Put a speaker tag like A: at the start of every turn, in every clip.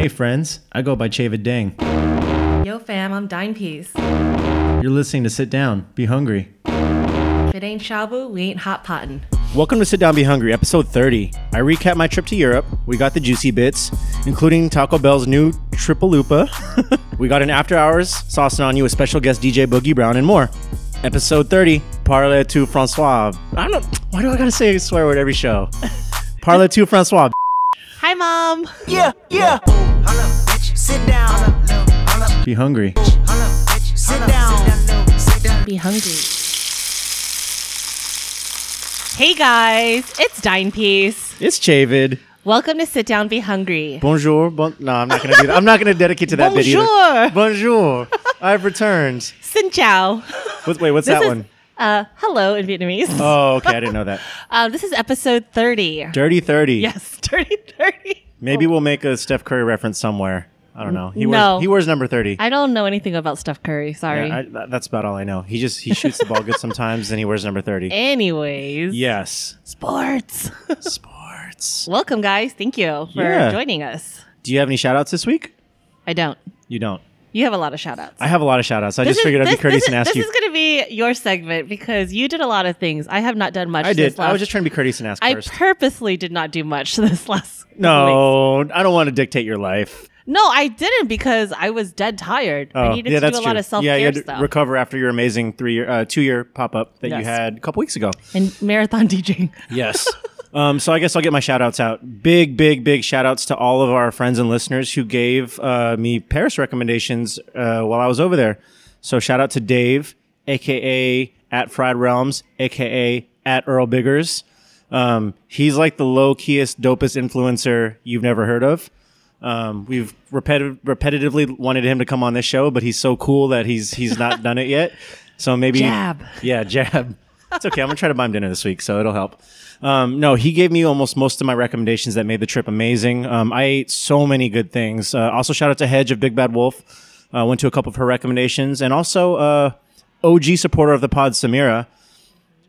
A: Hey friends, I go by Chavid Dang.
B: Yo, fam, I'm Dine Peas.
A: You're listening to Sit Down, Be Hungry.
B: If it ain't shabu, we ain't hot potting.
A: Welcome to Sit Down, Be Hungry, episode 30. I recap my trip to Europe. We got the juicy bits, including Taco Bell's new Triple Lupa. we got an After Hours saucing on you with special guest DJ Boogie Brown and more. Episode 30, Parle to Francois. I don't why do I gotta say a swear word every show? Parle to Francois.
B: Hi, Mom.
C: Yeah, yeah. Sit down.
A: Be hungry.
C: Sit down. Sit down.
B: Be hungry. Hey, guys, it's Dine Peas.
A: It's Chavid.
B: Welcome to Sit Down, Be Hungry.
A: Bonjour. Bon- no, I'm not gonna do that. I'm not gonna dedicate to that
B: Bonjour.
A: bit either. Bonjour. I've returned.
B: Sin ciao.
A: What- Wait, what's
B: This
A: that
B: is-
A: one?
B: Uh, hello in Vietnamese.
A: Oh, okay. I didn't know that.
B: Uh, this is episode 30.
A: Dirty 30.
B: Yes, dirty 30.
A: Maybe we'll make a Steph Curry reference somewhere. I don't know. He
B: No.
A: wears he wears number 30.
B: I don't know anything about Steph Curry, sorry.
A: Yeah, I- th- that's about all I know. He just he shoots the ball good sometimes and he wears number 30.
B: Anyways,
A: Yes.
B: sports.
A: Sports.
B: Welcome, guys. Thank you for
A: Yeah.
B: joining us.
A: Do you have any shout outs this week?
B: I don't.
A: You don't.
B: You have a lot of shout outs.
A: I have a lot of shout outs. I
B: This
A: just
B: is-
A: figured I'd
B: this-
A: be courteous
B: this,
A: and ask
B: this
A: you.
B: is going to be your segment because you did a lot of things. I have not done much.
A: I
B: This
A: did.
B: last,
A: I was just trying to be courteous and ask
B: I
A: first.
B: purposely did not do much this last. week.
A: No, I don't want to dictate your life.
B: no, I didn't because I was dead tired.
A: Oh,
B: I needed
A: yeah,
B: to
A: that's
B: do a lot
A: true.
B: of self
A: yeah, you
B: care
A: had to
B: stuff
A: recover after your amazing three year, uh, two year pop up that you
B: Yes.
A: had a couple weeks ago.
B: and marathon DJing.
A: Yes. um, so I guess I'll get my shout outs out. Big, big, big shout outs to all of our friends and listeners who gave uh, me Paris recommendations uh, while I was over there. So shout out to Dave, aka at Fried Realms, aka at Earl Biggers. Um, he's like the low keyest, dopest influencer you've never heard of. Um, we've repeti- repetitively wanted him to come on this show, but he's so cool that he's he's not done it yet. So maybe
B: Jab.
A: yeah, jab. It's okay. I'm gonna try to buy him dinner this week, so it'll help. Um, no, he gave me almost most of my recommendations that made the trip amazing. Um, I ate so many good things. Uh, also, shout out to Hedge of Big Bad Wolf. Uh, went to a couple of her recommendations, and also uh, OG supporter of the pod, Samira.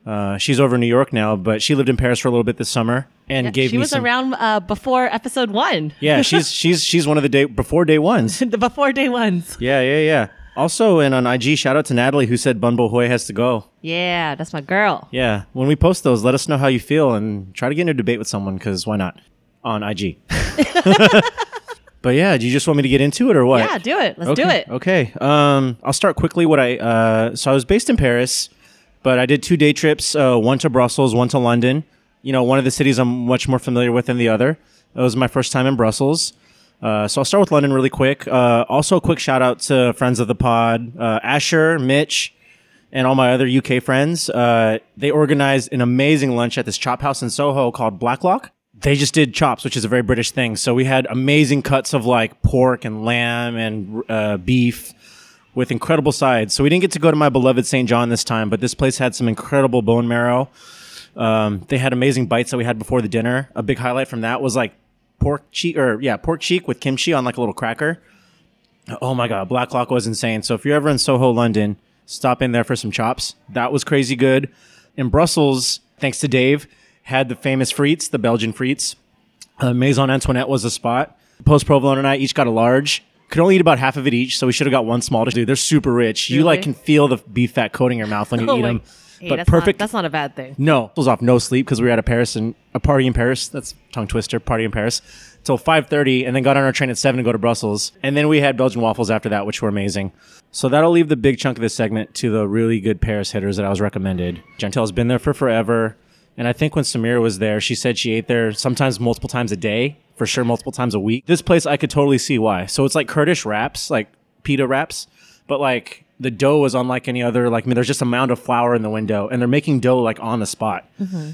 A: Uh, she's over in New York now, but she lived in Paris for a little bit this summer and gave
B: she
A: me
B: was
A: some.
B: around uh, before episode one,
A: yeah, she's she's she's one of the day before day ones.
B: the before day ones.
A: Yeah, yeah, yeah. Also, and on IG, shout out to Natalie who said Bun Bo Hoy has to go.
B: Yeah, that's my girl.
A: Yeah, when we post those, let us know how you feel and try to get in a debate with someone because why not on IG? but yeah, do you just want me to get into it or what?
B: Yeah, do it. Let's
A: okay.
B: do it.
A: Okay. Um, I'll start quickly. What I uh, so I was based in Paris, but I did two day trips. Uh, one to Brussels, one to London. You know, one of the cities I'm much more familiar with than the other. It was my first time in Brussels. Uh, so I'll start with London really quick. Uh, also, a quick shout out to friends of the pod, uh, Asher, Mitch, and all my other UK friends. Uh, they organized an amazing lunch at this chop house in Soho called Blacklock. They just did chops, which is a very British thing. So we had amazing cuts of like pork and lamb and uh, beef with incredible sides. So we didn't get to go to my beloved St. John this time, but this place had some incredible bone marrow. Um, they had amazing bites that we had before the dinner. A big highlight from that was like pork cheek or yeah, pork cheek with kimchi on like a little cracker. Oh my god, Blacklock was insane. So if you're ever in Soho, London, stop in there for some chops. That was crazy good. In Brussels, thanks to Dave, had the famous frites, the Belgian frites. Uh, Maison Antoinette was the spot. Post Provolone and I each got a large. Could only eat about half of it each, so we should have got one small. Dude, they're super rich. You like
B: Really?
A: can feel the beef fat coating your mouth when you
B: Oh
A: eat
B: my-
A: them.
B: Hey,
A: but
B: that's
A: perfect.
B: Not, that's not a bad thing.
A: No, was off no sleep because we were at a Paris and a party in Paris. That's tongue twister. Party in Paris till five thirty, and then got on our train at seven to go to Brussels. And then we had Belgian waffles after that, which were amazing. So that'll leave the big chunk of this segment to the really good Paris hitters that I was recommended. Gentel's been there for forever, and I think when Samira was there, she said she ate there sometimes multiple times a day, for sure multiple times a week. This place I could totally see why. So it's like Kurdish wraps, like pita wraps, but like the dough is unlike any other. Like, I mean, there's just a mound of flour in the window, and they're making dough like on the spot.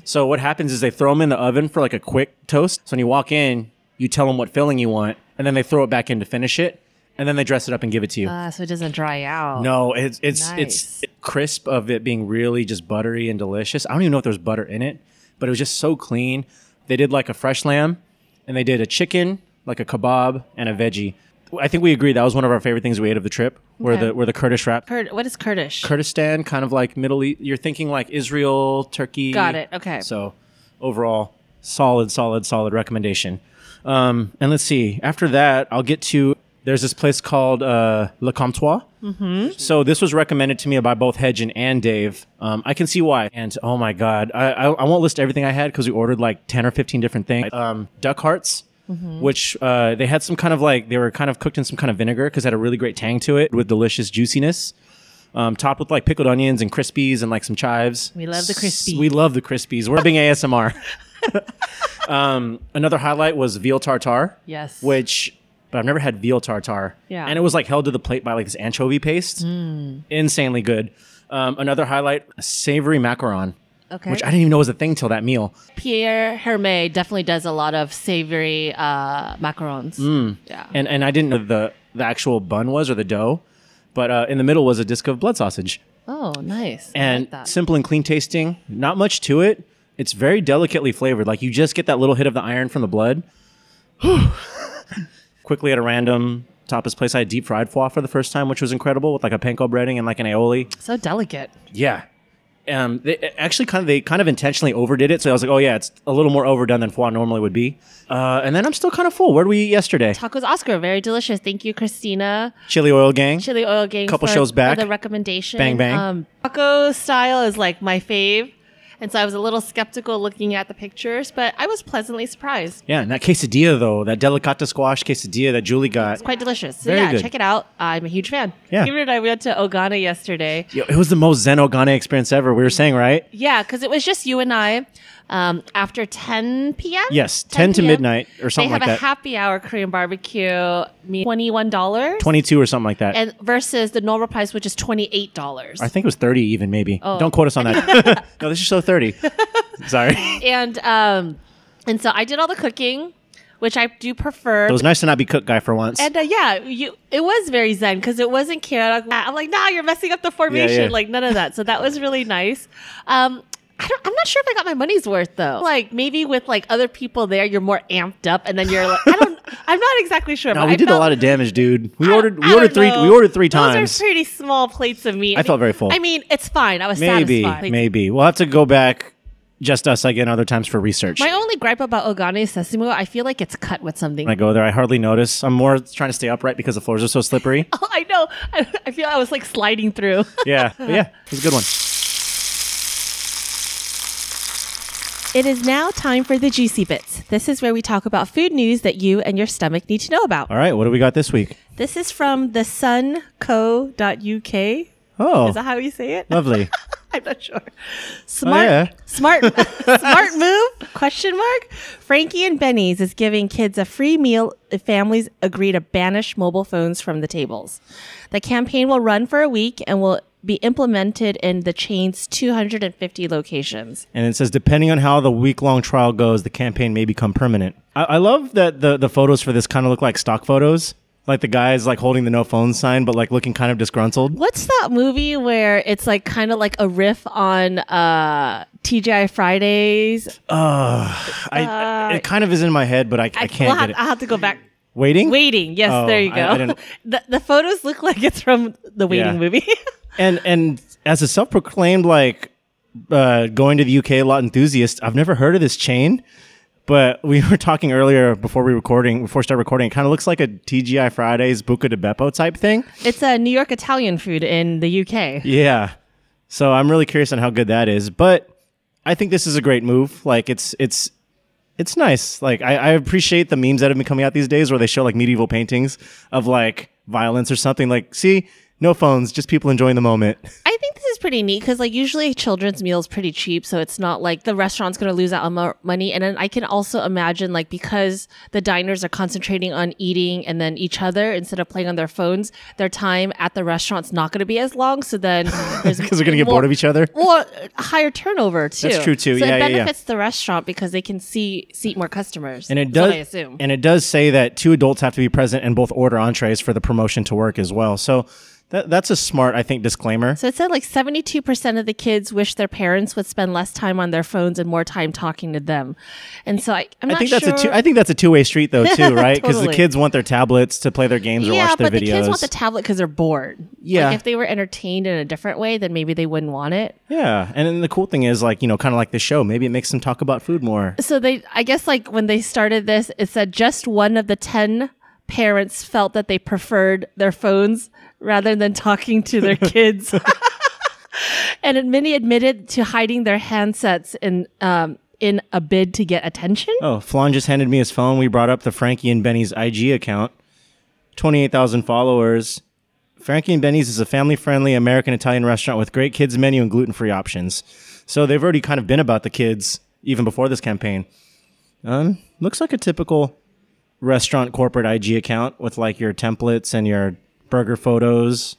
A: So what happens is they throw them in the oven for like a quick toast. So when you walk in, you tell them what filling you want, and then they throw it back in to finish it, and then they dress it up and give it to you.
B: Uh, so it doesn't dry out.
A: no, it's it's
B: Nice.
A: it's crisp of it being really just buttery and delicious. I don't even know if there was butter in it, but it was just so clean. They did like a fresh lamb, and they did a chicken, like a kebab, and a veggie. I think we agreed that was one of our favorite things we ate of the trip, where
B: Okay.
A: the where the Kurdish wrap
B: Kurd- what is Kurdish?
A: Kurdistan, kind of like Middle East. You're thinking like Israel, Turkey.
B: Got it. Okay.
A: So overall, solid, solid, solid recommendation. Um, and let's see. After that, I'll get to. There's this place called uh, Le Comptoir. So this was recommended to me by both Hedgen and Dave. Um, I can see why. And oh my god, I I, I won't list everything I had because we ordered like ten or fifteen different things. Um, duck hearts.
B: Mm-hmm.
A: Which uh, they had some kind of like they were kind of cooked in some kind of vinegar because had a really great tang to it with delicious juiciness, um, topped with like pickled onions and crispies and like some chives.
B: We love the
A: S-
B: crispies.
A: We love the crispies. We're being ASMR. um, another highlight was veal tartare.
B: Yes.
A: Which, but I've never had veal tartare.
B: Yeah. Mm.
A: And it was like held to the plate by like this anchovy paste. Insanely good. Um, another highlight, savory macaron,
B: Okay.
A: which I didn't even know was a thing till that meal.
B: Pierre Hermé definitely does a lot of savory uh, macarons. Yeah.
A: Mm. And and I didn't know the the actual bun was or the dough, but uh, in the middle was a disc of blood sausage.
B: oh, nice. I
A: and
B: like that.
A: simple and clean tasting. Not much to it. It's very delicately flavored. Like you just get that little hit of the iron from the blood. Quickly at a random tapas place, I had deep fried foie for the first time, which was incredible with like a panko breading and like an aioli.
B: so delicate.
A: Yeah. Um, they actually kind of they kind of intentionally overdid it, so I was like, oh yeah, it's a little more overdone than foie normally would be. Uh, and then I'm still kind of full. Where would we eat yesterday?
B: Tacos Oscar, very delicious. Thank you, Christina.
A: Chili oil gang.
B: Chili Oil Gang.
A: Couple
B: for-
A: shows
B: for
A: back.
B: the recommendation.
A: Bang, bang.
B: Um, taco style is like my fave, and so I was a little skeptical looking at the pictures, but I was pleasantly surprised.
A: Yeah, and that quesadilla though, that delicata squash quesadilla that Julie got.
B: It's quite delicious. So
A: Very
B: yeah,
A: good.
B: check it out. I'm a huge fan.
A: Yeah.
B: Even I we went to Ogana yesterday.
A: Yo, it was the most Zen Ogane experience ever. We were saying right.
B: Yeah, because it was just you and I um, after 10 p.m.
A: Yes, 10 to midnight or something
B: They have
A: like
B: a
A: that.
B: happy hour Korean barbecue, me- twenty-one dollars,
A: 22 or something like that.
B: and versus the normal price, which is twenty-eight dollars.
A: I think it was 30 even maybe.
B: Oh.
A: Don't quote us on that. no, this is so 30. Sorry. It
B: and um, and so I did all the cooking, which I do prefer.
A: was nice to not be cook guy for once.
B: and uh, yeah, you it was very zen because it wasn't chaotic. I'm like, nah, you're messing up the formation,
A: yeah.
B: like none of that. So that was really nice. Um, I don't, I'm not sure if I got my money's worth though. Like maybe with like other people there, you're more amped up, and then you're like, I don't, I'm not exactly sure.
A: no, we did a lot of damage, dude. We
B: I-
A: ordered we
B: I
A: ordered
B: don't
A: three
B: know.
A: we ordered three
B: Those
A: times.
B: are pretty small plates of meat.
A: I felt very full.
B: I mean, it's fine. I was
A: Maybe,
B: satisfied.
A: maybe. We'll have to go back just us again other times for research.
B: My only gripe about Ogane sesame, I feel like it's cut with something.
A: when I go there, I hardly notice. I'm more trying to stay upright because the floors are so slippery.
B: Oh, I know. I, I feel I was like sliding through.
A: yeah. But yeah, it was a good one.
B: It is now time for the juicy bits. This is where we talk about food news that you and your stomach need to know about.
A: All right, what do we got this week?
B: This is from the sunco.uk.
A: Oh.
B: Is that how you say it?
A: Lovely.
B: I'm not sure. Smart,
A: yeah.
B: smart, smart move? Question mark. Frankie and Benny's is giving kids a free meal if families agree to banish mobile phones from the tables. The campaign will run for a week and will be implemented in the chain's 250 locations.
A: And it says, depending on how the week long trial goes, the campaign may become permanent. I, I love that the, the photos for this kind of look like stock photos. Like the guy's like holding the no phone sign, but like looking kind of disgruntled.
B: What's that movie where it's like kind of like a riff on uh TGI Fridays?
A: I, it kind of is in my head, but I, I can't
B: will Uh, have,
A: get it.
B: I'll have to go back.
A: Waiting?
B: Waiting. Yes,
A: Oh,
B: there you
A: I-
B: go.
A: I didn't-
B: the, the photos look like it's from the Waiting
A: Yeah.
B: movie.
A: And, and as a self proclaimed, like, uh, going to the UK a lot enthusiast, I've never heard of this chain, but we were talking earlier before we recording, before we start recording, it kind of looks like a TGI Fridays Buca de Beppo type thing.
B: It's a New York Italian food in the UK.
A: Yeah. So I'm really curious on how good that is, but I think this is a great move. Like it's it's it's nice. Like I, I appreciate the memes that have been coming out these days where they show like medieval paintings of like violence or something. Like, see, no phones, just people enjoying the moment.
B: I think this is pretty neat because, like, usually children's meals pretty cheap, so it's not like the restaurant's going to lose out on mo- money. And then I can also imagine, like, because the diners are concentrating on eating and then each other instead of playing on their phones, their time at the restaurant's not going to be as long. So then, because
A: Because they're gonna get bored of each other.
B: Well, uh, higher turnover too.
A: That's true, too.
B: So
A: Yeah,
B: it
A: yeah, yeah.
B: benefits the restaurant because they can see seat more customers.
A: And it
B: That's
A: does
B: what I assume.
A: and it does say that two adults have to be present and both order entrees for the promotion to work as well. So That, that's a smart, I think, disclaimer.
B: So it said like 72% of the kids wish their parents would spend less time on their phones and more time talking to them. And so I, I'm not
A: I think
B: sure.
A: that's a two, I think that's a two way street though too, right? Because
B: Totally.
A: the kids want their tablets to play their games or
B: yeah,
A: watch their
B: but
A: videos.
B: the kids want the tablet because they're bored.
A: Yeah.
B: Like if they were entertained in a different way, then maybe they wouldn't want it.
A: yeah, and then the cool thing is like you know, kind of like the show. Maybe it makes them talk about food more.
B: So they, I guess, like when they started this, it said just one of the 10 parents felt that they preferred their phones rather than talking to their kids. and many admitted to hiding their handsets in, um, in a bid to get attention.
A: Oh, Flan just handed me his phone. We brought up the Frankie and Benny's IG account. 28,000 followers. Frankie and Benny's is a family friendly American Italian restaurant with great kids' menu and gluten free options. So they've already kind of been about the kids even before this campaign. Um, looks like a typical restaurant corporate IG account with like your templates and your burger photos.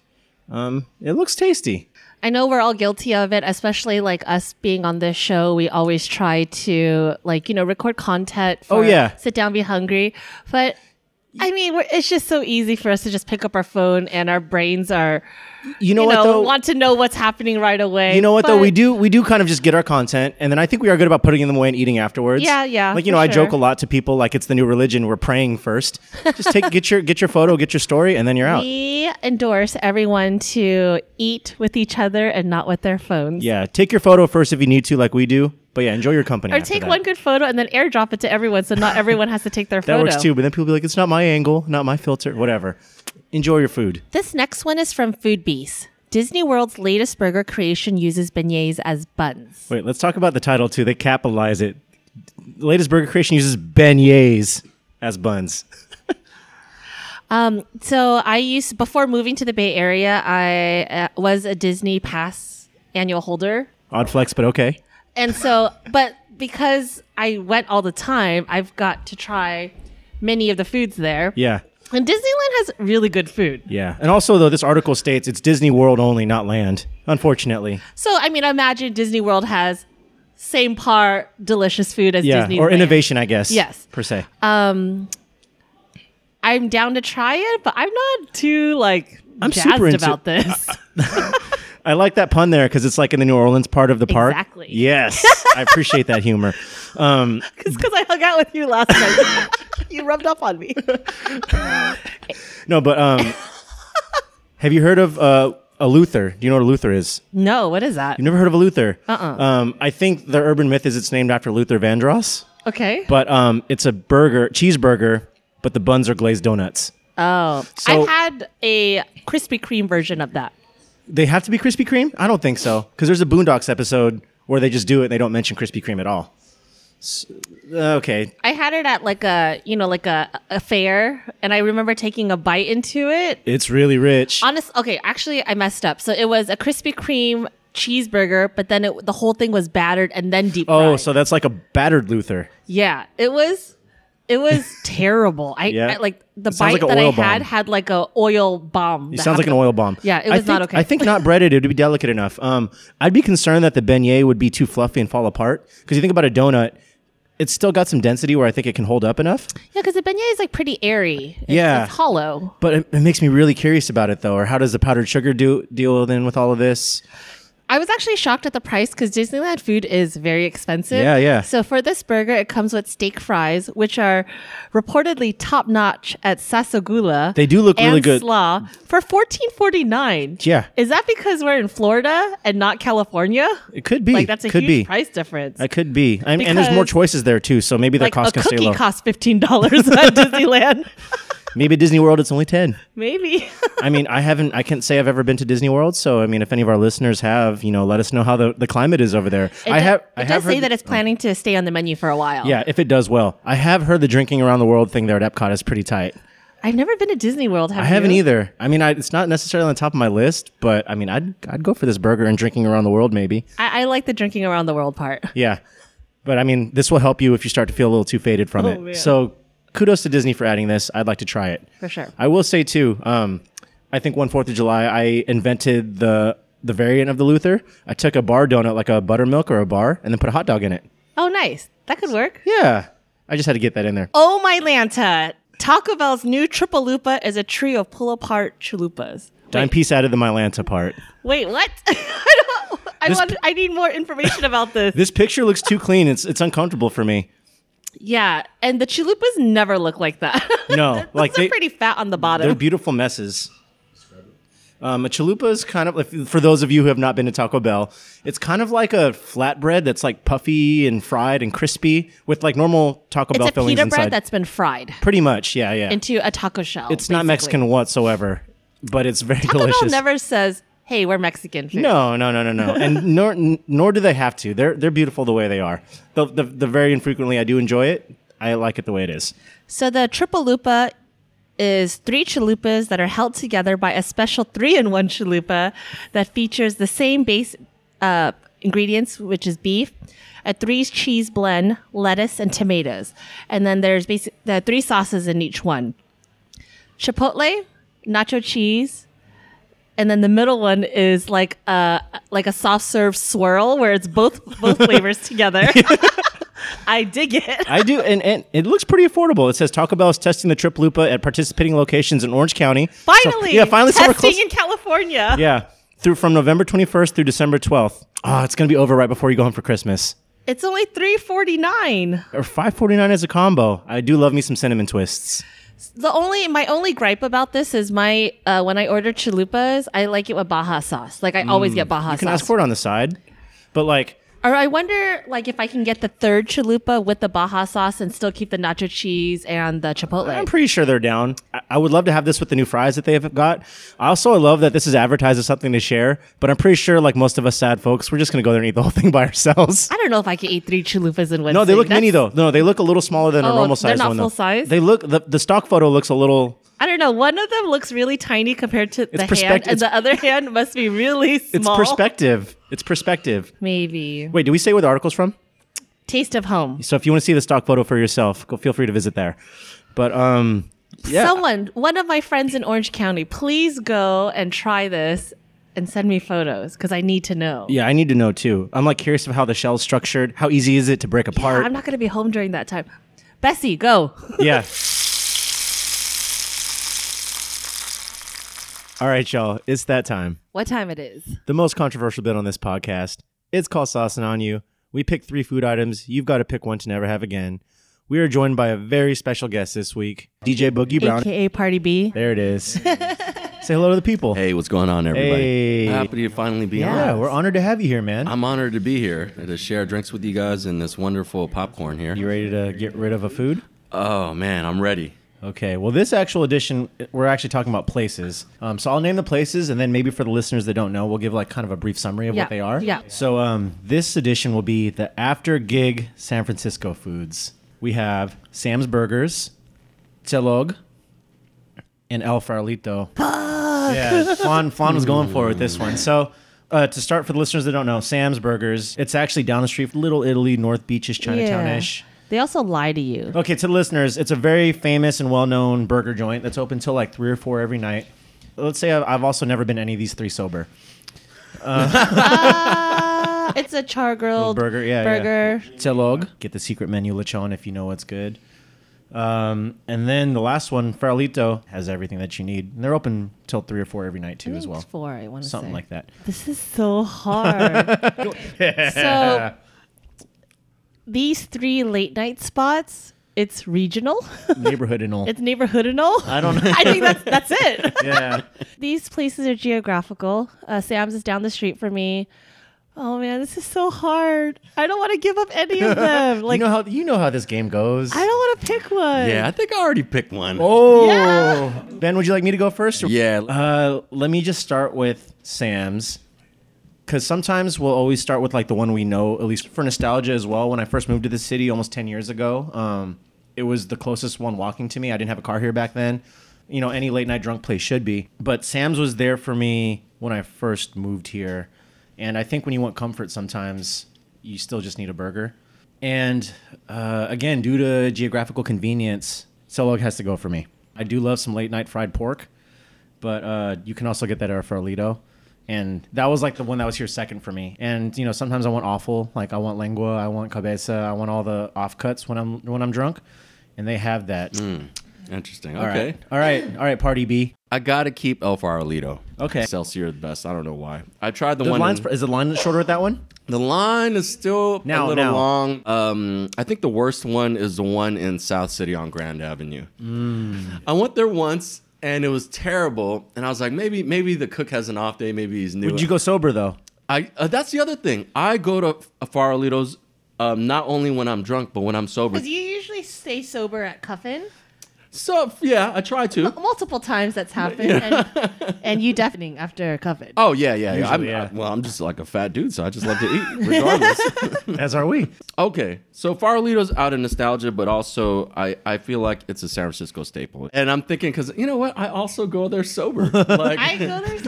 A: Um, it looks tasty.
B: I know we're all guilty of it, especially like us being on this show. We always try to like you know record content. For
A: Oh, yeah.
B: sit down, be hungry. But I mean, we're, it's just so easy for us to just pick up our phone and our brains are
A: You know
B: you
A: what
B: know
A: though?
B: want to know what's happening right away.
A: You know what though?
B: But
A: We do we do kind of just get our content, and then I think we are good about putting them away and eating afterwards.
B: Yeah, yeah,
A: Like you
B: for
A: know, I joke a
B: sure.
A: lot to people like it's the new religion. We're praying first. Just take get your get your photo, get your story, and then you're out.
B: We endorse everyone to eat with each other and not with their phones.
A: Yeah, take your photo first if you need to, like we do. But yeah, enjoy your company.
B: Or
A: after
B: take
A: that.
B: one good photo and then airdrop it to everyone, so not everyone has to take their
A: That
B: photo.
A: works too. But then people be like, it's not my angle, not my filter, whatever. Enjoy your food.
B: This next one is from Food Beast. Disney World's latest burger creation uses beignets as buns.
A: Wait, let's talk about the title too. They capitalize it. The latest burger creation uses beignets as buns.
B: Um, so I used before moving to the Bay Area, I uh, was a Disney Pass annual holder,
A: Odd flex, but okay.
B: and so but because I went all the time, I've got to try many of the foods there.
A: Yeah.
B: And Disneyland has really good food.
A: Yeah. And also, though, this article states it's Disney World only, not land, unfortunately.
B: So I mean, I imagine Disney World has same par delicious food as
A: Yeah.
B: Disney
A: or innovation, I guess.
B: Yes.
A: Per se.
B: um I'm down to try it, but I'm not too like
A: I'm
B: jazzed
A: super into-
B: about this.
A: I like that pun there because it's like in the New Orleans part of the park.
B: Exactly.
A: Yes. I appreciate that humor. Um,
B: It's because I hung out with you last night. you rubbed up on me.
A: no, but um, have you heard of uh, a Luther? Do you know what a Luther is?
B: No, what is that?
A: You've never heard of a Luther?
B: Uh-uh.
A: Um, I think the urban myth is it's named after Luther Vandross,
B: Okay.
A: but um, it's a burger, cheeseburger, but the buns are glazed donuts.
B: oh,
A: So-
B: I've had a Krispy Kreme version of that.
A: they have to be Krispy Kreme? I don't think so. Because there's a Boondocks episode where they just do it and they don't mention Krispy Kreme at all. S- uh, okay.
B: I had it at like a you know like a, a fair, and I remember taking a bite into it.
A: It's really rich.
B: Honest, okay, actually, I messed up. So it was a Krispy Kreme cheeseburger, but then it, the whole thing was battered and then deep
A: Oh,
B: fried.
A: so that's like a battered Luther.
B: Yeah, it was it was terrible. I,
A: Yeah.
B: I- like the
A: It sounds
B: bite
A: like an
B: that I
A: oil
B: had
A: bomb.
B: had like a oil bomb.
A: It
B: that
A: sounds like an
B: happened.
A: oil bomb.
B: Yeah, it
A: I
B: was not
A: think-
B: okay.
A: I think not breaded. It would be delicate enough. Um, I'd be concerned that the beignet would be too fluffy and fall apart. Because you think about a donut, it's still got some density where I think it can hold up enough.
B: Yeah, because the beignet is like pretty airy. It's,
A: Yeah.
B: it's hollow.
A: But it, it makes me really curious about it though. Or how does the powdered sugar do deal then with all of this?
B: I was actually shocked at the price because Disneyland food is very expensive.
A: Yeah, yeah.
B: So for this burger, it comes with steak fries, which are reportedly top notch at Sasagula.
A: They do look really
B: and
A: good.
B: Slaw for fourteen forty nine.
A: Yeah.
B: is that because we're in Florida and not California?
A: It could be.
B: Like that's a
A: could
B: huge
A: be.
B: price difference.
A: It could be. I mean, and there's
B: Because-
A: more choices there too, so maybe the
B: like
A: cost
B: a
A: can stay low.
B: cookie costs fifteen dollars at Disneyland.
A: maybe Disney World it's only 10.
B: Maybe.
A: I mean, I haven't I can't say I've ever been to Disney World, so I mean, if any of our listeners have, you know, let us know how the, the climate is over there. I have
B: It
A: I have
B: does
A: heard
B: say that it's planning to stay on the menu for a while.
A: Yeah, if it does well. I have heard the drinking around the world thing there at Epcot is pretty tight.
B: I've never been to Disney World. Have
A: I haven't
B: you?
A: either. I mean, I, it's not necessarily on top of my list, but I mean, I'd I'd go for this burger and drinking around the world maybe.
B: I, I like the drinking around the world part.
A: Yeah. But I mean, this will help you if you start to feel a little too faded from
B: Oh,
A: it.
B: man.
A: So kudos to Disney for adding this. I'd like to try it.
B: For sure.
A: I will say too, um, I think one Fourth of July I invented the the variant of the Luther. I took a bar donut, like a buttermilk or a bar, and then put a hot dog in it.
B: Oh, nice. That could work.
A: Yeah. I just had to get that in there.
B: Oh my Lanta! Taco Bell's new Triple Lupa is a trio of pull apart chalupas
A: Dime
B: Wait.
A: piece added the Mylanta part.
B: Wait, what? I don't. I
A: This-
B: want. I need more information about this.
A: This picture looks too clean. It's it's uncomfortable for me.
B: yeah, and the chalupas never look like that.
A: No,
B: Those
A: like
B: are
A: they-
B: pretty fat on the
A: They're
B: bottom.
A: beautiful messes. Um, a chalupa is kind of if- for those of you who have not been to Taco Bell. It's kind of like a flatbread that's like puffy and fried and crispy with like normal Taco Bell
B: It's a
A: fillings
B: pita
A: inside.
B: bread that's been fried
A: pretty much, yeah, yeah.
B: into a taco shell.
A: it's not
B: basically.
A: Mexican whatsoever, but it's very
B: Taco Bell
A: delicious.
B: never says, "Hey, we're Mexican." Food.
A: no, no, no, no, no, and nor n- nor do they have to. They're they're beautiful the way they are. The, the the very infrequently I do enjoy it. I like it the way it is.
B: So the triple lupa is three chalupas that are held together by a special three-in-one chalupa that features the same base uh, ingredients, which is beef, a three cheese blend, lettuce, and tomatoes, and then there's basic the three sauces in each one: chipotle, nacho cheese. And then the middle one is like a like a soft serve swirl where it's both both flavors together. I dig it.
A: I do, and, and it looks pretty affordable. It says Taco Bell is testing the Trip Lupa at participating locations in Orange County. So-
B: Finally,
A: yeah, finally somewhere
B: testing
A: close.
B: in California.
A: yeah, through from November 21st through December 12th. Ah, it's gonna be over right before you go home for Christmas.
B: It's only three forty nine.
A: Or 5.49 as a combo. I do love me some cinnamon twists.
B: The only my only gripe about this is my uh, when I order chalupas, I like it with baja sauce. Like I always get baja
A: Mm. You can
B: sauce.
A: ask for it on the side, but like
B: or I wonder like if I can get the third chalupa with the baja sauce and still keep the nacho cheese and the
A: I'm
B: chipotle.
A: pretty sure they're down. I, I would love to have this with the new fries that they have got. I also love that this is advertised as something to share, but I'm pretty sure like most of us sad folks, we're just gonna go there and eat the whole thing by ourselves.
B: I don't know if I can eat three chalupas in one.
A: No, they
B: sitting.
A: look mini
B: That's-
A: though. No, they look a little smaller than a
B: Oh,
A: normal
B: they're
A: size
B: not
A: one though.
B: full size?
A: They look the, the stock photo looks a little
B: I don't know. One of them looks really tiny compared to the hand,
A: perspect-
B: and
A: it's-
B: the other hand must be really
A: it's
B: small.
A: perspective. It's perspective.
B: Maybe
A: Wait, do we say where the article's from?
B: taste of home.
A: So if you want to see the stock photo for yourself, go feel free to visit there. But um yeah.
B: Someone, one of my friends in Orange County, please go and try this and send me photos because I need to know.
A: yeah, I need to know too. I'm like curious of how the shell's structured. How easy is it to break apart?
B: I'm not going to be home during that time. Bessie, go.
A: yeah. All right, y'all. It's that time.
B: what time it is?
A: the most controversial bit on this podcast. It's called Saucing on You. We pick three food items. You've got to pick one to never have again. We are joined by a very special guest this week, DJ Boogie Brown.
B: AKA Party B.
A: There it is. Say hello to the people.
D: Hey, what's going on, everybody?
A: Hey.
D: Happy to finally be on.
A: yeah, we're honored to have you here, man.
D: I'm honored to be here and to share drinks with you guys and this wonderful popcorn here.
A: you ready to get rid of a food?
D: Oh man, I'm ready.
A: Okay. Well, this actual edition, we're actually talking about places. Um, so I'll name the places, and then maybe for the listeners that don't know, we'll give like kind of a brief summary of
B: Yeah,
A: what they are.
B: yeah.
A: So um, this edition will be the after gig San Francisco foods. We have Sam's Burgers, Telog, and El Farolito. Yeah, Fawn, Fawn was going for it with this one. So. Uh, to start for the listeners that don't know, Sam's Burgers. It's actually down the street, from Little Italy, North Beaches, Chinatown-ish.
B: They also lie to you.
A: Okay, to the listeners, it's a very famous and well-known burger joint that's open till like three or four every night. Let's say I've, I've also never been any of these three sober.
B: Uh, it's a char grilled
A: Burger, yeah, yeah.
B: burger.
A: Telog, get the secret menu lechon if you know what's good. Um, and then the last one, Farolito, has everything that you need. And they're open till three or four every night too, as
B: It's
A: well.
B: four, I want to say.
A: Something like that.
B: This is so hard. So these three late night spots, it's regional,
A: Neighborhood and all.
B: it's neighborhood and all.
A: I don't know.
B: I think that's that's it.
A: yeah.
B: These places are geographical. Uh, Sam's is down the street for me. Oh man, this is so hard. I don't want to give up any of them. Like
A: you know how you know how this game goes.
B: I don't want to pick one.
D: Yeah, I think I already picked one.
A: Oh,
B: Yeah.
A: Ben, would you like me to go first? or-
D: Yeah.
A: Uh, let me just start with Sam's. Because sometimes we'll always start with like the one we know, at least for nostalgia as well. When I first moved to the city almost 10 years ago, um, it was the closest one walking to me. I didn't have a car here back then. You know, any late night drunk place should be. But Sam's was there for me when I first moved here. And I think when you want comfort sometimes, you still just need a burger. And uh, again, due to geographical convenience, Celog has to go for me. I do love some late night fried pork but uh, you can also get that at Farolito. And that was like the one that was here second for me. And you know, sometimes I want awful, like I want lengua, I want cabeza, I want all the offcuts when I'm when I'm drunk, and they have that.
D: Interesting.
A: All
D: Mm, Okay.
A: right. All right. All right. Party B.
D: I gotta keep El Farolito.
A: Okay.
D: Excelsior the best. I don't know why. I tried the,
A: The
D: one.
A: line's,
D: in-
A: is the line shorter with that one?
D: the line is still
A: Now,
D: a little
A: now.
D: long. Um, I think the worst one is the one in South City on Grand Avenue.
A: Mm.
D: I went there once and it was terrible. And I was like, maybe maybe the cook has an off day. Maybe he's new.
A: Would you go sober though?
D: I uh, that's the other thing. I go to uh, Farolitos um, not only when I'm drunk, but when I'm sober.
B: Because you usually stay sober at Cuffin.
D: so yeah, I try to.
B: Multiple times that's happened. And, and you deafening after Cuffin.
D: Oh yeah, yeah, yeah. I'm,
A: Usually, yeah.
D: I- well, I'm just like a fat dude, so I just love to eat regardless.
A: As are we.
D: okay, so Farolito's out of nostalgia, but also I, I feel like it's a San Francisco staple. And I'm thinking because you know what, I also go there sober. Like
B: I go there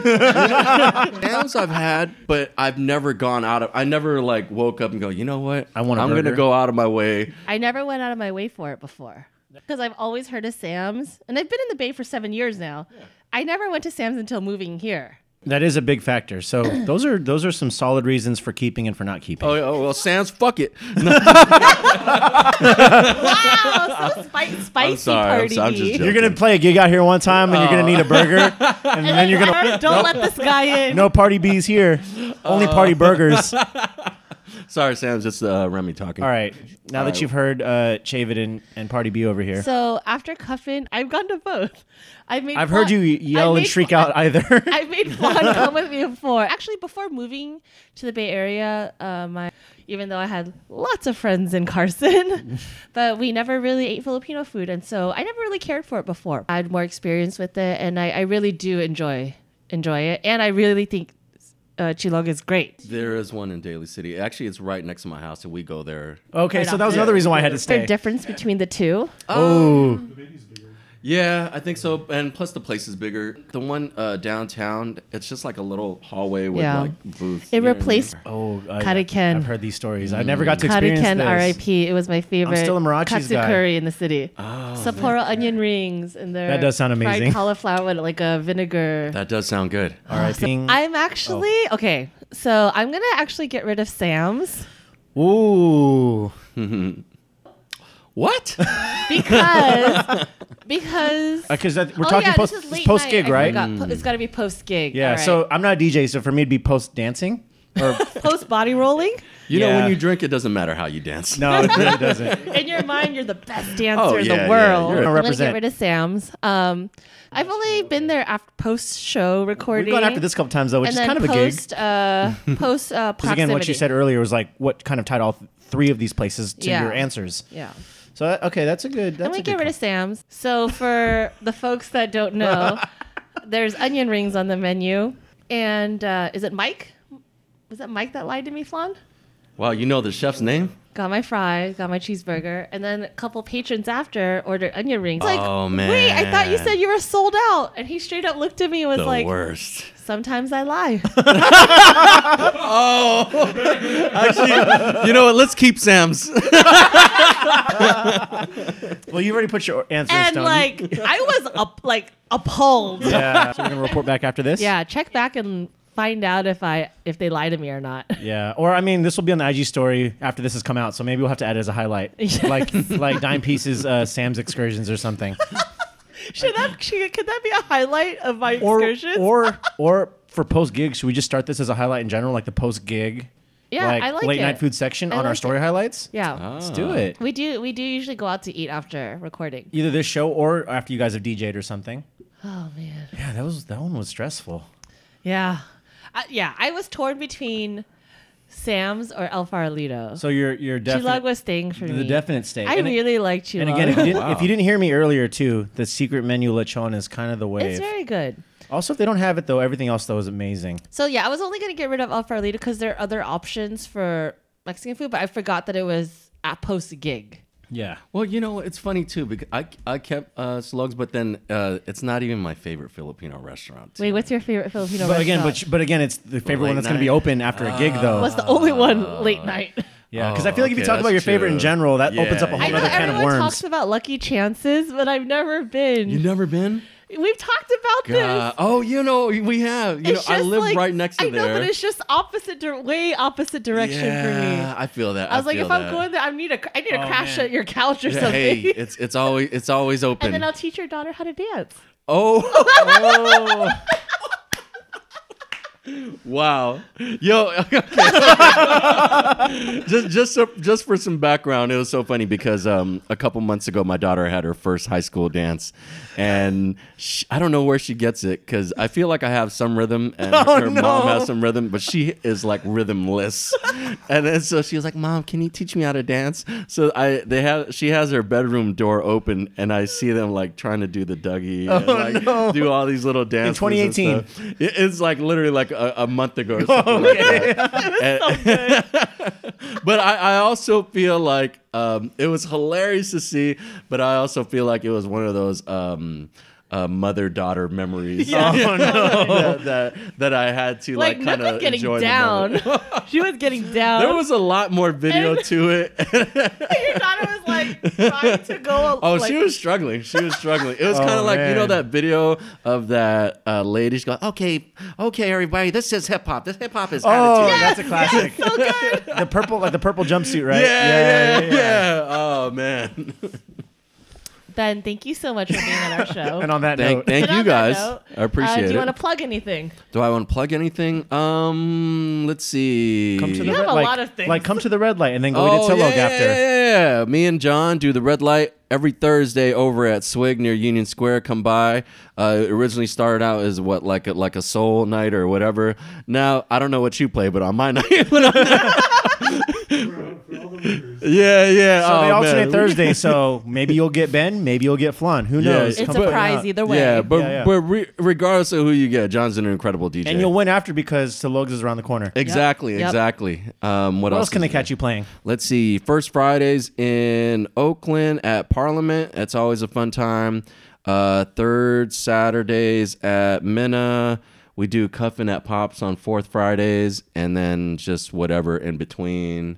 B: sober.
D: downs I've had, but I've never gone out of. I never like woke up and go, you know what,
A: I want a
D: I'm
A: burger."
D: gonna go out of my way.
B: I never went out of my way for it before. Because I've always heard of Sam's. And I've been in the Bay for seven years now. I never went to Sam's until moving here.
A: That is a big factor. So those are those are some solid reasons for keeping and for not keeping.
D: Oh, yeah, oh well, Sam's fuck it.
B: Wow, so spi- spicy
D: sorry, I'm
B: party.
D: so- I'm just
B: B.
D: joking.
A: You're gonna play a gig out here one time, and you're
D: Oh.
A: gonna need a burger, and then you're gonna
B: Don't let this guy in.
A: no party bees here,
D: Oh.
A: only party burgers. All
D: Sorry, Sam's. It's uh, Remy talking.
A: right, now that you've heard uh, Chavit and, and Party B over here,
B: So after Cuffin, I've gone to both. I've made.
A: I've heard
B: Juan-
A: you yell
B: I
A: and
B: made
A: shriek
B: Juan-
A: out either.
B: I've made Juan come with me before. Actually, before moving to the Bay Area, uh, my even though I had lots of friends in Carson, but we never really ate Filipino food, and so I never really cared for it before. I had more experience with it, and I, I really do enjoy enjoy it, and I really think uh, Chilog is great.
D: There is one in Daly City. Actually, it's right next to my house, and we go there.
A: Okay,
B: Right
A: so
B: off.
A: that was another reason why I had to
B: Is there a
A: stay.
B: difference between the two?
A: Oh,
D: Yeah, I think so. And plus, the place is bigger. The one uh, downtown, it's just like a little hallway with
B: Yeah.
D: like booths.
B: It
D: you know what I
B: replaced
D: mean?
A: oh, I,
B: Kariken.
A: I've heard these stories. I
B: Mm.
A: never got to experience
B: Kariken
A: this.
B: R.I.P. It was my favorite.
A: still a Merachi's
B: katsu
A: guy. Oh,
B: curry in the city. Sapporo onion rings and their
A: That does sound
B: fried
A: amazing.
B: cauliflower with like a vinegar.
D: That does sound good.
A: R.I.P.
B: I'm actually
A: Oh.
B: okay. So I'm gonna actually get rid of Sam's
A: Ooh,
D: What?
B: because because
A: because Uh, we're
B: Oh,
A: talking
B: yeah,
A: post
B: this is late
A: post gig,
B: night. I
A: right?
B: forgot. Po- It's got to be post gig.
A: Yeah.
B: All right.
A: So I'm not a DJ, so for me it'd be post dancing. Or
B: post body rolling.
D: You know,
A: Yeah.
D: when you drink, it doesn't matter how you dance.
A: no, it really doesn't.
B: In your mind, you're the best dancer
D: Oh,
B: in
D: yeah,
B: the
D: yeah,
B: world.
D: you're a-
B: I'm gonna
A: Represent.
B: get rid of Sam's. Um, I've only been there after post show recording.
A: We've gone after this a couple times though, which
B: and
A: is
B: then
A: kind of a gig.
B: post, a gig. Uh, post uh,
A: Because
B: proximity.
A: again, what you said earlier was like what kind of tied all th- three of these places to
B: Yeah.
A: your answers.
B: Yeah.
A: So that, okay, that's a good. That's
B: And
A: a
B: we
A: good
B: get rid
A: call.
B: of Sam's. So for the folks that don't know, there's onion rings on the menu. And uh, is it Mike? Was that Mike that lied to me, Flan?
D: Wow, you know the chef's name?
B: Got my fries, got my cheeseburger, and then a couple patrons after ordered onion rings. Like,
D: Oh,
B: wait, I thought you
D: man.
B: said you were sold out. And he straight up looked at me and was
D: The
B: like,
D: worst.
B: sometimes I lie.
D: you know what? Let's keep Sam's.
A: Well, you already put your answers
B: and
A: down.
B: like, I was up, like appalled.
A: yeah. So we're gonna report back after this.
B: Yeah, check back and find out if I if they lie to me or not.
A: Yeah. Or I mean, this will be on the IG story after this has come out, so maybe we'll have to add it as a highlight, like like Dime Pieces, uh, Sam's excursions or something,
B: Should that should, could that be a highlight of my
A: or
B: excursions?
A: or or for post gig, should we just start this as a highlight in general, like the post gig,
B: yeah,
A: like,
B: I like
A: late
B: it.
A: night food section
B: I
A: on our
B: like
A: story highlights?
B: Yeah,
A: Let's do it.
B: we do we do usually go out to eat after recording.
A: Either this show or after you guys have DJ'd or something.
B: Oh man,
A: Yeah, that was that one was stressful.
B: yeah, I, yeah. I was torn between Sam's or El Farolito.
A: So you're you're
B: Chilag
A: definitely
B: was staying for
A: the
B: me.
A: definite state.
B: I
A: and, it-
B: really like Chilag.
A: and again, if you, didn't,
D: Wow.
A: if you didn't hear me earlier too, the secret menu lechon is kind of the wave.
B: it's very good.
A: also, if they don't have it though, everything else though is amazing.
B: So yeah, I was only gonna get rid of El Farolito because there are other options for Mexican food, but I forgot that it was at post gig.
A: Yeah.
D: Well, you know, it's funny too because I, I kept uh, slugs, but then uh, it's not even my favorite Filipino restaurant.
B: Wait, what's your favorite Filipino
A: But again, but
B: restaurant?
A: but again, it's the favorite one
D: late
A: that's going to be
D: night?
A: open after a gig though.
B: uh, was the
D: uh,
B: only one late night.
A: yeah, because I
D: Oh,
A: feel like if you
D: okay,
A: talk about
D: that's
A: your favorite in
D: true.
A: general, that opens
D: Yeah,
A: up a
D: yeah.
A: whole
B: I know
A: other can of
B: everyone
A: worms.
B: talks about lucky chances, but I've never been.
D: You never been?
B: We've talked about
D: God. Oh, you know, we have. You
B: this.
D: know, I live
B: like-
D: right next to
B: I know,
D: there.
B: but it's just opposite, dir- way opposite direction
D: yeah,
B: for me.
D: I feel that.
B: I was like,
D: feel
B: if
D: that.
B: I'm going there, I need a, I need to
A: Oh,
B: crash
A: man.
B: at your couch or
D: Yeah,
B: something.
D: hey, it's it's always it's always open.
B: and then I'll teach your daughter how to dance.
D: Oh. Oh. wow. Yo, okay. just just so, just for some background, it was so funny because um, a couple months ago, my daughter had her first high school dance, and sh I don't know where she gets it because I feel like I have some rhythm, and her mom has some rhythm, but she is like rhythmless, and then so she was like, "Mom, can you teach me how to dance?" So I they have she has her bedroom door open, and I see them like trying to do the Dougie, and, like,
A: no.
D: do all these little dances. and
A: 2018.
D: stuff. It- it's like literally like a, a month ago. Or something like that. And- but I, I also feel like um, it was hilarious to see, but I also feel like it was one of those um, uh, mother daughter memories.
A: Oh, no.
D: that, that that I had to like,
B: Like,
D: kind
B: Nook was
D: of
B: getting
D: enjoy
B: down. Uh,
D: The moment.
B: she was getting down.
D: there was a lot more video to it.
B: your daughter was like trying to go.
D: oh,
B: like,
D: she was struggling. She was struggling. It was kind
A: Oh,
D: of like you know
A: man.
D: that video of that uh, lady. She goes, "Okay, okay, everybody, this is hip hop. This hip hop is
A: Oh,
D: attitude."
A: that's a classic. the purple, like the purple jumpsuit, right?
D: yeah, yeah, yeah, yeah. Oh man.
B: Ben, thank you so much for being on our show.
A: And on that
D: Thank,
A: note,
D: thank
B: But
D: you
B: on that
D: guys.
B: note,
D: I appreciate
B: uh, Do you
D: it.
B: want to plug anything?
D: Do I want to plug anything? Um, let's see.
A: come to the
B: You
A: red
B: have a
A: light.
B: lot of things.
A: Like, come to the red light and then go eat a
D: Oh, yeah,
A: Tilog
D: yeah,
A: after.
D: Yeah, yeah, yeah. Me and John do the red light every Thursday over at Swig near Union Square. Come by. Uh, it originally started out as what like a, like a soul night or whatever. Now I don't know what you play, but on my night. when I'm- yeah, yeah.
A: So they
D: oh,
A: alternate
D: man.
A: Thursday, so maybe you'll get Ben, maybe you'll get Flan. Who
D: Yeah.
A: knows?
B: It's
A: Come
B: a
A: find
B: prize
A: out.
B: either way.
D: Yeah, but
A: Yeah, yeah.
D: but re- regardless of who you get, John's an incredible DJ.
A: And you'll win after because Tilog's is around the corner. What
D: Exactly,
B: Yep.
D: exactly. Um, what,
A: else can they
D: is there?
A: catch you playing?
D: Let's see. First Fridays in Oakland at Parliament. That's always a fun time. Uh, third Saturdays at Minna. We do cuffing at Pops on fourth Fridays, and then just whatever in between.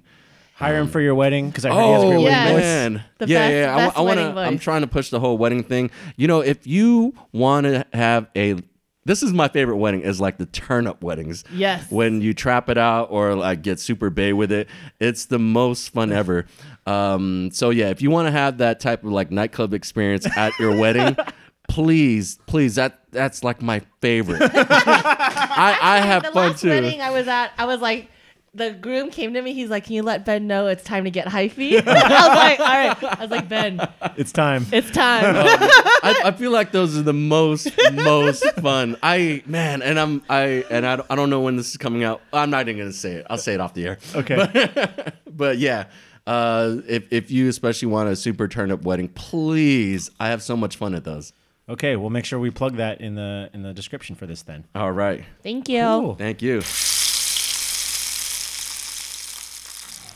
A: Hire him for your wedding because I heard he has a great
B: Oh, yes.
A: wedding voice.
D: man,
B: The
D: yeah,
B: best-
D: yeah. I,
B: best
D: wa- I want
B: wedding
D: to.
B: voice.
D: I'm trying to push the whole wedding thing. You know, if you want to have a, this is my favorite wedding. Is like the turn up weddings.
B: Yes.
D: When you trap it out or like get super bay with it, it's the most fun ever. Um. So yeah, if you want to have that type of like nightclub experience at your wedding. Please, please, that that's like my favorite. I, I have
B: the
D: fun
B: last
D: too.
B: wedding I was at, I was like, the groom came to me. He's like, "Can you let Ben know it's time to get hyphy?" I was like, "All right." I was like, "Ben,
A: It's time.
B: it's time."
D: I, I feel like those are the most most fun. I man, and I'm I and I, don't- I don't know when this is coming out. I'm not even gonna say it. I'll say it off the air.
A: Okay.
D: But, but yeah, uh, if if you especially want a super turned up wedding, please. I have so much fun at those.
A: Okay, we'll make sure we plug that in the in the description for this then.
D: All right.
B: Oh. Thank you.
A: Cool.
D: Thank you.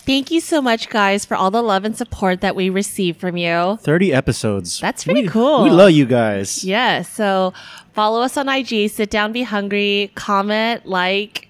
B: Thank you so much, guys, for all the love and support that we receive from you.
A: Thirty episodes.
B: That's pretty
A: We-
B: cool.
A: We love you guys.
B: Yeah. So follow us on IG, sit down, be hungry, comment, like,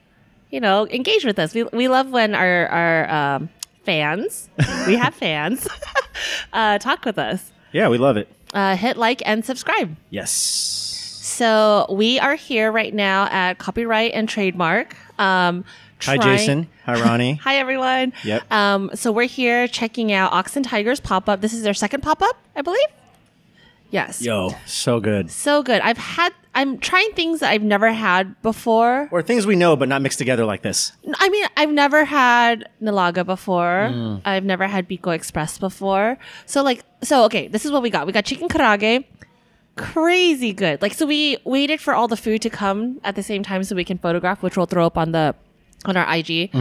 B: you know, engage with us. We, we love when our, our um, fans, we have fans, uh, talk with us.
A: Yeah, we love it.
B: Uh, hit like and subscribe.
A: Yes.
B: So we are here right now at Copyright and Trademark. Um,
A: Hi
B: trying-
A: Jason. Hi Ronnie.
B: Hi, everyone.
A: Yep.
B: Um, so we're here checking out Ox and Tigers pop up. This is their second pop up, I believe. Yes.
A: Yo, so good.
B: So good. I've had. I'm trying things that I've never had before.
A: Or things we know but not mixed together like this.
B: I mean, I've never had Nalaga before. I've never had Biko Express before. So like, so okay, this is what we got. We got chicken karage, crazy good. Like, so we waited for all the food to come at the same time so we can photograph, which we'll throw up on the on our IG.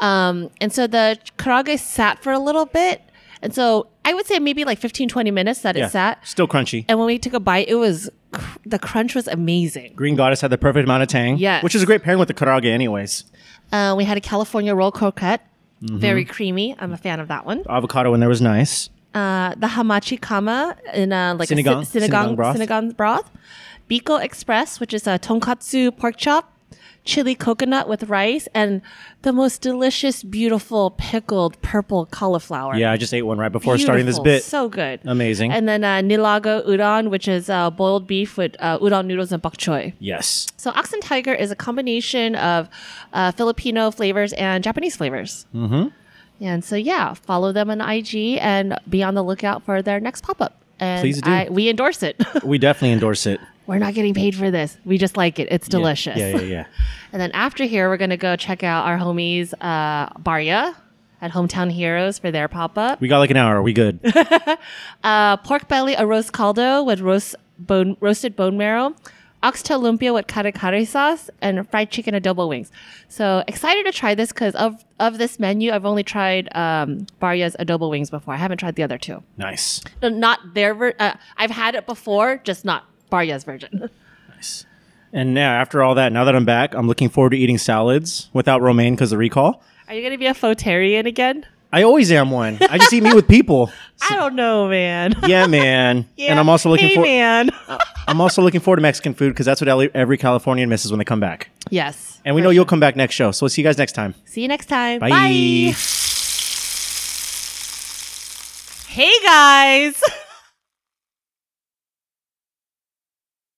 B: Um, and so the karage sat for a little bit, and so I would say maybe like 15, 20 minutes that
A: Yeah.
B: it sat.
A: Still crunchy.
B: And when we took a bite, it was cr- the crunch was amazing.
A: Green Goddess had the perfect amount of tang.
B: Yes.
A: Which is a great pairing with the karage anyways.
B: Uh, we had a California roll croquette.
A: Mm-hmm.
B: Very creamy. I'm a fan of that one.
A: Avocado in there was nice.
B: Uh, the hamachi kama in a like
A: Sinigang-
B: a si- sinigang,
A: sinigang broth.
B: sinigang broth. Biko Express, which is a tonkatsu pork chop. chili coconut with rice and the most delicious, beautiful pickled purple cauliflower.
A: Yeah, I just ate one right before starting this
B: Beautiful.
A: bit.
B: So good.
A: Amazing.
B: And then uh, nilago udon, which is uh, boiled beef with uh, udon noodles and bok choy.
A: yes.
B: So Ox and Tiger is a combination of uh, Filipino flavors and Japanese flavors. Mm-hmm. And so, yeah, follow them on IG and be on the lookout for their next pop up. And
A: Please do.
B: I, we endorse it.
A: We definitely endorse it.
B: we're not getting paid for this. We just like it. It's delicious.
A: Yeah, yeah, yeah.
B: And then after here, we're going to go check out our homies, uh, Barya at Hometown Heroes for their pop up.
A: We got like an hour. We good.
B: uh, pork belly a roast caldo with roast bone roasted bone marrow, oxtail lumpia with kare kare sauce, and fried chicken adobo wings. So excited to try this because of of this menu, I've only tried um, Barya's adobo wings before. I haven't tried the other two.
A: nice.
B: No, Not their ver- uh, I've had it before, just not Barya's version.
A: And now, after all that, now that I'm back, I'm looking forward to eating salads without romaine because of recall.
B: Are you gonna be a fotarian again?
A: I always am one. I just eat meat with people.
B: I don't know, man.
A: Yeah, man. And I'm also looking
B: hey,
A: for.
B: man.
A: I'm also looking forward to Mexican food because that's what alle- every Californian misses when they come back.
B: yes.
A: And we know you'll come back next show. So we'll see you guys next time.
B: See you next time.
A: Bye.
B: Bye. Hey guys.